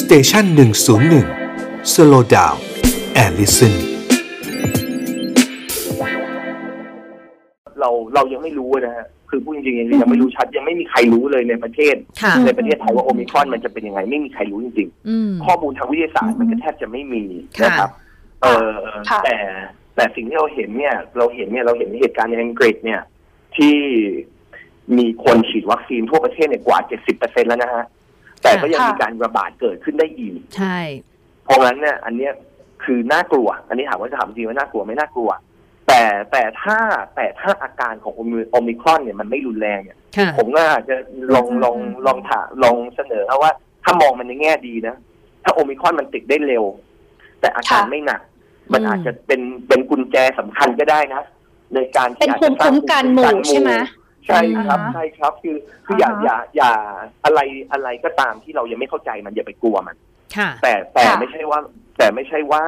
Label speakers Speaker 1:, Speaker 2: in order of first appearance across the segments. Speaker 1: สเตชันหนึ่งศูนย์หนึ่งสโลดาวแอลลิสัน
Speaker 2: เราเรายังไม่รู้นะฮะคือพูดจริงๆยังยังไม่รู้ชัดยังไม่มีใครรู้เลยในประเทศ
Speaker 3: ค่ะ
Speaker 2: ในประเทศไทยว่าโอมิครอนมันจะเป็นยังไงไม่มีใครรู้จริง
Speaker 3: อืม
Speaker 2: ๆ ข้อมูลทางวิทยาศาสตร์มันก็แทบจะไม่มีนะครับเออ
Speaker 4: ค่ะ
Speaker 2: แต่แต่สิ่งที่เราเห็นเนี่ย เราเห็นเนี่ยเราเห็นเหตุการณ์ในอังกฤษเนี่ย ที่มีคนฉีดวัคซีนทั่วประเทศเนี่ยกว่า 70%แล้วนะฮะแต่ก็ยังมีการระบาดเกิดขึ้นได้อีก
Speaker 3: ใช่
Speaker 2: เพราะงั้นเนี่ยอันเนี้ยคือน่ากลัว อันนี้ถามว่าจะถามจริงว่าน่ากลัวไหม่น่ากลัว แต่แต่ถ้าแต่ถ้าอาการของโอมิโอมิครอนเนี่ยมันไม่รุนแรงเนี่ย
Speaker 3: ค่ะ
Speaker 2: ผมก็อาจจะลองลองลองถามลองเสนอว่าถ้ามองมันในแง่ดีนะ ถ้าโอมิครอนมันติดได้เร็ว แต่อาการ
Speaker 4: ค่ะ
Speaker 2: ไม่หนัก มัน
Speaker 3: อืม
Speaker 2: อาจจะเป็นเป็นกุญแจสำคัญก็ได้นะ ในการที่
Speaker 4: เป็น
Speaker 2: อาจ
Speaker 4: ภู
Speaker 2: จะ
Speaker 4: มิ
Speaker 2: สร้าง
Speaker 4: คุ้มกันหมู่ใช่ไหม
Speaker 2: ใช่ครับ
Speaker 4: อ่าฮะ
Speaker 2: ใช่ครับคือคืออย่า
Speaker 4: อ่าฮะ
Speaker 2: อย่าอย่าอะไรอะไรก็ตามที่เรายังไม่เข้าใจมันอย่าไปกลัวมัน
Speaker 3: ค่ะ
Speaker 2: แต่แต่
Speaker 4: ค่ะ
Speaker 2: ไม่ใช่ว่า แต่ไม่ใช่ว่า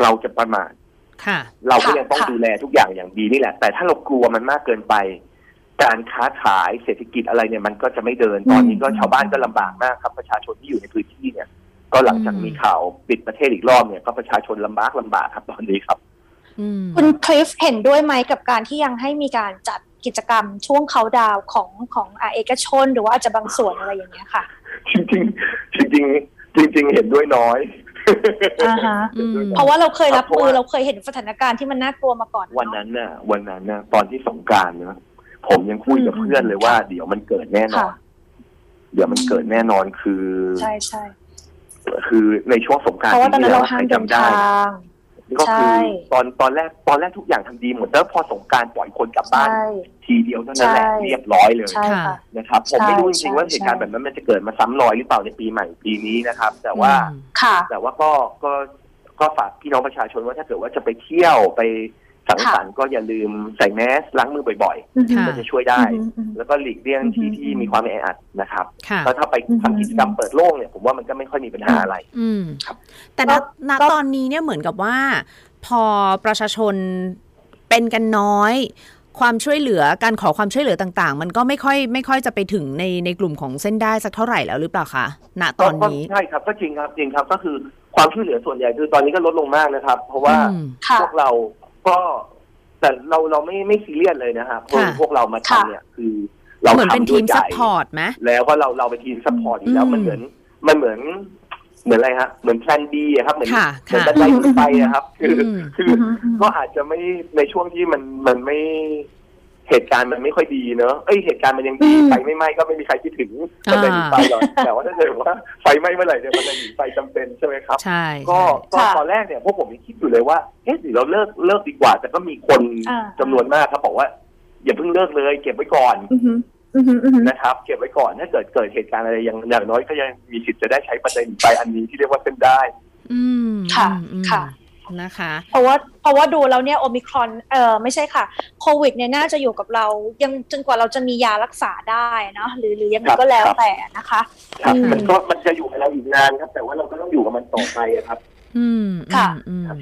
Speaker 2: เราจะประมาท
Speaker 3: ค่ะ
Speaker 2: เราก็ยัง
Speaker 4: ค่ะ
Speaker 2: ต้อง
Speaker 4: ค่ะ
Speaker 2: ดูแลทุกอย่างอย่างดีนี่แหละ แต่ถ้าเรากลัวมันมากเกินไป การค้าขายเศรษฐกิจอะไรเนี่ยมันก็จะไม่เดิน ตอนนี้ก็ชาวบ้านก็ลำบากมากครับ ประชาชนที่อยู่ในพื้นที่เนี่ย ก็หลังจาก
Speaker 3: อืม
Speaker 2: มีข่าวปิดประเทศอีกรอบเนี่ยก็ประชาชนลำบากลำบากครับตอนนี้ครับ
Speaker 3: อืม
Speaker 4: คุณคลิฟเห็นด้วยไหมกับการที่ยังให้มีการจัดกิจกรรมช่วงเขาดาวน์ของของอ่าเอกชน หรือว่าอาจจะบางส่วนอะไรอย่างเงี้ยค่ะ
Speaker 2: จริงๆจริงๆจริง ๆ เห็นด้วยน้อย
Speaker 4: อ่าฮะ
Speaker 3: อืม
Speaker 4: เพราะว่าเราเคยรับ
Speaker 2: เพราะ
Speaker 4: มือ
Speaker 2: ว่า
Speaker 4: เราเคยเห็นสถานการณ์ที่มันน่ากลัวมาก่อนเอะ
Speaker 2: วันนั้นน่ะ วันนั้นน่ะตอนที่สงกรารนะผมยังคุยกับ
Speaker 4: อืม
Speaker 2: เพื่อนเลยว่า เดี๋ยวมันเกิดแน่นอน
Speaker 4: ค่ะ
Speaker 2: เดี๋ยวมันเกิดแน่นอนคือ
Speaker 4: ใช่ใช่
Speaker 2: คือในช่วงสงกราร
Speaker 4: เพราะว่าตอนนั้นเราห้ามเดิน
Speaker 2: จำได้
Speaker 4: ทาง
Speaker 2: ก็
Speaker 4: ใช่
Speaker 2: คือตอนตอนแรกตอนแรกทุกอย่างทำดีหมดแล้วพอสงกรารปล่อยคนกลับบ้าน
Speaker 4: ใช่
Speaker 2: ทีเดียวเท่านั้นแหละ
Speaker 4: ใช่
Speaker 2: เรียบร้อยเลย
Speaker 4: ใช่ค่ะ
Speaker 2: นะครับ ผม
Speaker 4: ใช่
Speaker 2: ไม่รู้จริงๆว่า
Speaker 4: ใช่
Speaker 2: เหตุการณ์
Speaker 4: ใช่
Speaker 2: แบบนั้นมันจะเกิดมาซ้ำรอยหรือเปล่าในปีใหม่ปีนี้นะครับ แต่ว่า
Speaker 4: ค่ะ
Speaker 2: แต่ว่าก็ก็ก็ฝากพี่น้องประชาชนว่าถ้าเกิดว่าจะไปเที่ยวไปสังสรรค์ก็อย่าลืมใส่แมสล้างมือบ่อยๆ
Speaker 3: ค่ะ
Speaker 2: ก็จะช่วยได้
Speaker 4: อืมอืม
Speaker 2: แล้วก็หลีกเลี่ยงที่ที่มีความแออัดนะครับ
Speaker 3: ค่ะ
Speaker 2: แล้วถ้าไปทำกิจกรรมเปิดโล่งเนี่ยผมว่ามันก็ไม่ค่อยมีปัญหาอะไร
Speaker 3: อืม
Speaker 2: ครับ
Speaker 3: แต่ณณตอนนี้เนี่ยเหมือนกับว่า พอประชาชนเป็นกันน้อย ความช่วยเหลือการขอความช่วยเหลือต่าง ๆ มันก็ไม่ค่อยไม่ค่อยจะไปถึงในในกลุ่มของเส้นได้สักเท่าไหร่แล้วหรือเปล่าคะณตอนนี้
Speaker 2: ก็ใช่ครับก็จริงครับจริงครับก็คือความช่วยเหลือส่วนใหญ่คือตอนนี้ก็ลดลงมากนะครับ เพราะว่า
Speaker 3: อืม
Speaker 4: ค่ะ
Speaker 2: พวกเราก็แต่เราเราไม่ไม่ซีเรียสเลยนะครับเพราะ
Speaker 3: ค่ะ
Speaker 2: พวกเรามา
Speaker 4: ค่ะ
Speaker 2: ทำเนี่ยคือเรา
Speaker 3: เหมือนเป็น
Speaker 2: ทำด้
Speaker 3: ที
Speaker 2: วย
Speaker 3: ม
Speaker 2: ใจ
Speaker 3: ซัพพอร์ตไหม
Speaker 2: แล้วก็เราเราไปทีมซัพพอร์ตอยู่แล้ว
Speaker 3: อืม
Speaker 2: มันเหมือนมันเหมือนเหมือนอะไรฮะเหมือนแพลนบีครับเหมือน
Speaker 3: ค่ะ
Speaker 2: เหมือน
Speaker 3: ค่ะ
Speaker 2: บันไดหนีไฟอะครับ คืออ
Speaker 3: ม
Speaker 2: คืออก็อาจจะไม่ในช่วงที่มันมันไม่เหตุการณ์มันไม่ค่อยดีเนอะเอ้ยเหตุการณ์มันยังดีไฟไม่ไหม้ก็ไม่มีใครคิดถึงบันไดหนีไฟหรอกแต่ว่าถ้าเกิดว่าไฟไหม้เมื่อไหร่เนี่ยบันไดหนีไฟจำเป็นใช่ไหมครับ
Speaker 3: ใช่
Speaker 2: ก็ก็
Speaker 4: ค่ะ
Speaker 2: ตอนแรกเนี่ยพวกผมยังคิดอยู่เลยว่าเอ๊ะหรือเราเลิกเลิกดีกว่า แต่ก็มีคน
Speaker 4: อ่า
Speaker 2: จำนวนมากครับบอกว่า อย่าเพิ่งเลิกเลย เก็บไว้ก่อน
Speaker 4: อือหืออือหืออือหือ
Speaker 2: นะครับเก็บไว้ก่อนถ้าเกิดเกิดเหตุการณ์อะไรอย่างอย่างน้อยก็ยังมีสิทธิ์จะได้ใช้ประเด็นไปอันนี้ที่เรียกว่าเส้นได้
Speaker 3: อืม
Speaker 4: ค่ะ
Speaker 3: อืมอืม
Speaker 4: ค่ะ
Speaker 3: นะคะ
Speaker 4: เพราะว่าเพราะว่าดูแล้วเนี่ยโอมิครอนเออไม่ใช่ค่ะโควิดเนี่ยน่าจะอยู่กับเรายังจนกว่าเราจะมียารักษาได้เนาะหรือหรือยังไง
Speaker 2: ครับ
Speaker 4: ก็แล้ว
Speaker 2: ครับ
Speaker 4: แต่นะคะ
Speaker 2: ครับ
Speaker 3: อืม
Speaker 2: มันก็มันจะอยู่กับเราอีกนานครับแต่ว่าเราก็ต้องอยู่กับมันต่อไปอะครับ
Speaker 3: อืม
Speaker 4: ค่ะ
Speaker 3: อืมอืม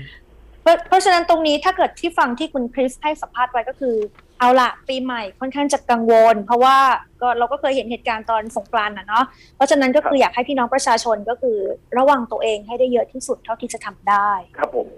Speaker 4: เพราะเพราะฉะนั้นตรงนี้ถ้าเกิดที่ฟังที่คุณคริสให้สัมภาษณ์ไว้ก็คือ เอาละปีใหม่ค่อนข้างจะกังวล เพราะว่าก็เราก็เคยเห็นเหตุการณ์ตอนสงกรานต์นะเนาะเพราะฉะนั้นก็คืออยากให้พี่น้องประชาชนก็คือระวังตัวเองให้ได้เยอะที่สุดเท่าที่จะทำได้
Speaker 2: ครับผม